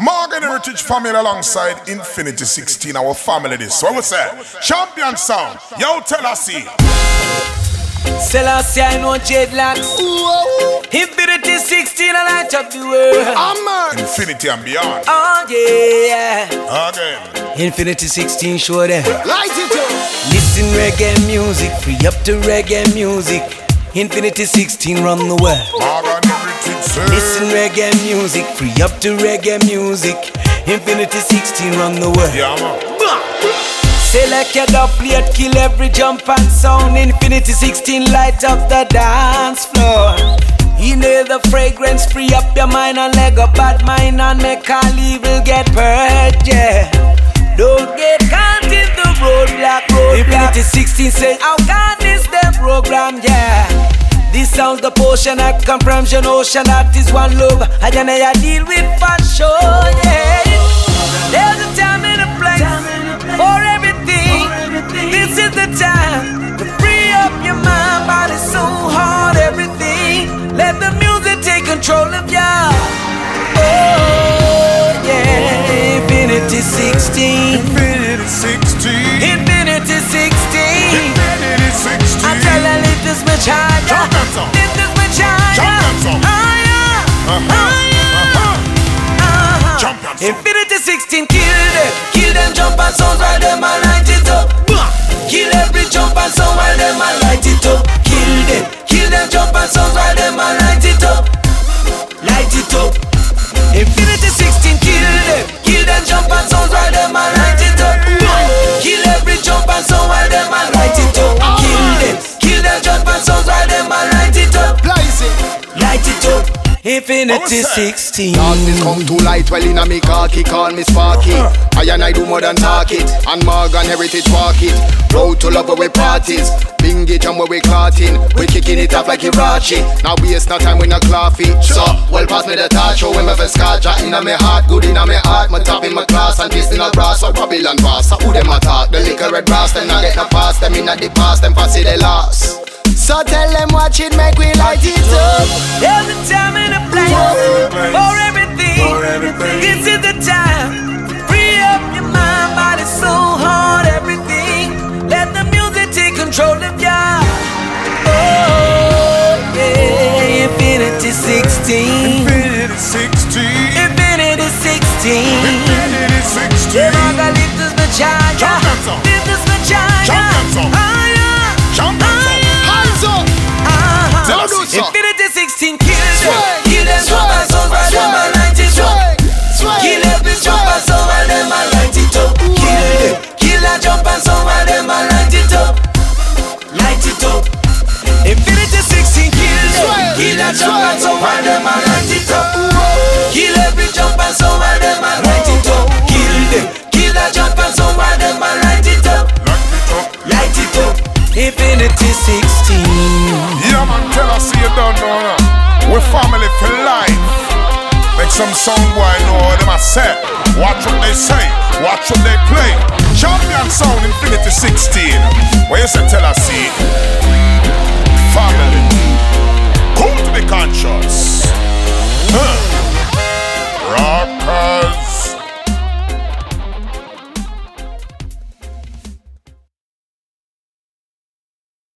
Modern Heritage family alongside Infinity 16, our family this. So what's that? Champion sound. Yo, tell us see. Selassie, I know Jedlocks. Infinity 16, I light up the world. Amen. Infinity and beyond. Oh, yeah. Again. Infinity 16, show them. Light it up. Listen reggae music, free up to reggae music. Infinity 16 run the world. Modern Heritage Listen say. reggae music, free up to reggae music. Infinity 16 run the world. Yeah, man. Say like your dub plate, kill every jump and sound. Infinity 16 light up the dance floor. Inhale the fragrance, free up your mind and leg a bad mind and make all evil get purged. Yeah. Don't get caught in the roadblock, roadblock. Infinity 16 say, how God is the program, yeah. This sounds the potion I come from an ocean that is one love. I and I deal with passion. Yeah. There's a time and a place for everything. This is the time to free up your mind, body, soul, heart, everything. Let the music take control of you. Oh yeah, Infinity 16, Infinity 16. Infinity 16. Infinity 16. I tell her lift this bitch higher. Jump that song. Lift this bitch higher. Jump that song. Higher. Uh-huh. Higher. Uh-huh. Jump that song. Infinity 16, kill them. Kill them jump and sounds while them a light it up. Kill every jump and sound while them a light it up. Kill them. Kill them jump and sounds while them a light it up. Light it up. Infinity 16, kill them. Kill them jump and sounds while them a light it up. Kill every jump and sound while them a light it up. Kill them. Kill them jump and sounds while them a light it up. Light it. Light it up. Infinity What's that? 16. Darkness come to light well in a me khaki call me Sparky. I and I do more than talk it. And Morgan Heritage walk it. Road to love where we parties. Bingy jam where we carting. We kicking it off like Hirachi. Now we it's not time we not claffy. So well pass me the torch. Show him if it's scotcha in a me heart. Good in a me heart. My top in my class and this in a brass. So Babylon brass. So who them attack? The little red brass. Then I get no pass. Them in a the past. Them pass it the last. So tell them watch it. Make we light it up. There's a time and a place for everything. This is the time. to Free up your mind, body, soul, heart, everything. Let the music take control of ya. Oh, yeah. Infinity 16. Infinity 16. Infinity 16. Infinity 16. Yeah, I got little vagina. Jump that song. Little vagina. Jump that song. Higher. Jump that song. Hands up. Ah. Tell us. Infinity 16 kill them, Sway, kill them, sway, swap and so by them and light it up. sway, Kill every sway. jump and so by them and light it up. Kill them, kill and jump and so by them and light it up. Light it up. Infinity 16 kill them, Sway, kill and jump and so by sway. them and light it up. Kill every jump and so by them and light it up. Kill them, kill and jump and so by them and light it up. Lock it up. Light it up. Infinity 16. Yeah, man, tell us you don't know. no. We're family for life. Make some song boy know what them I said. Watch what they say, watch what they play. Champion sound Infinity 16. Where you say tell us see? Family.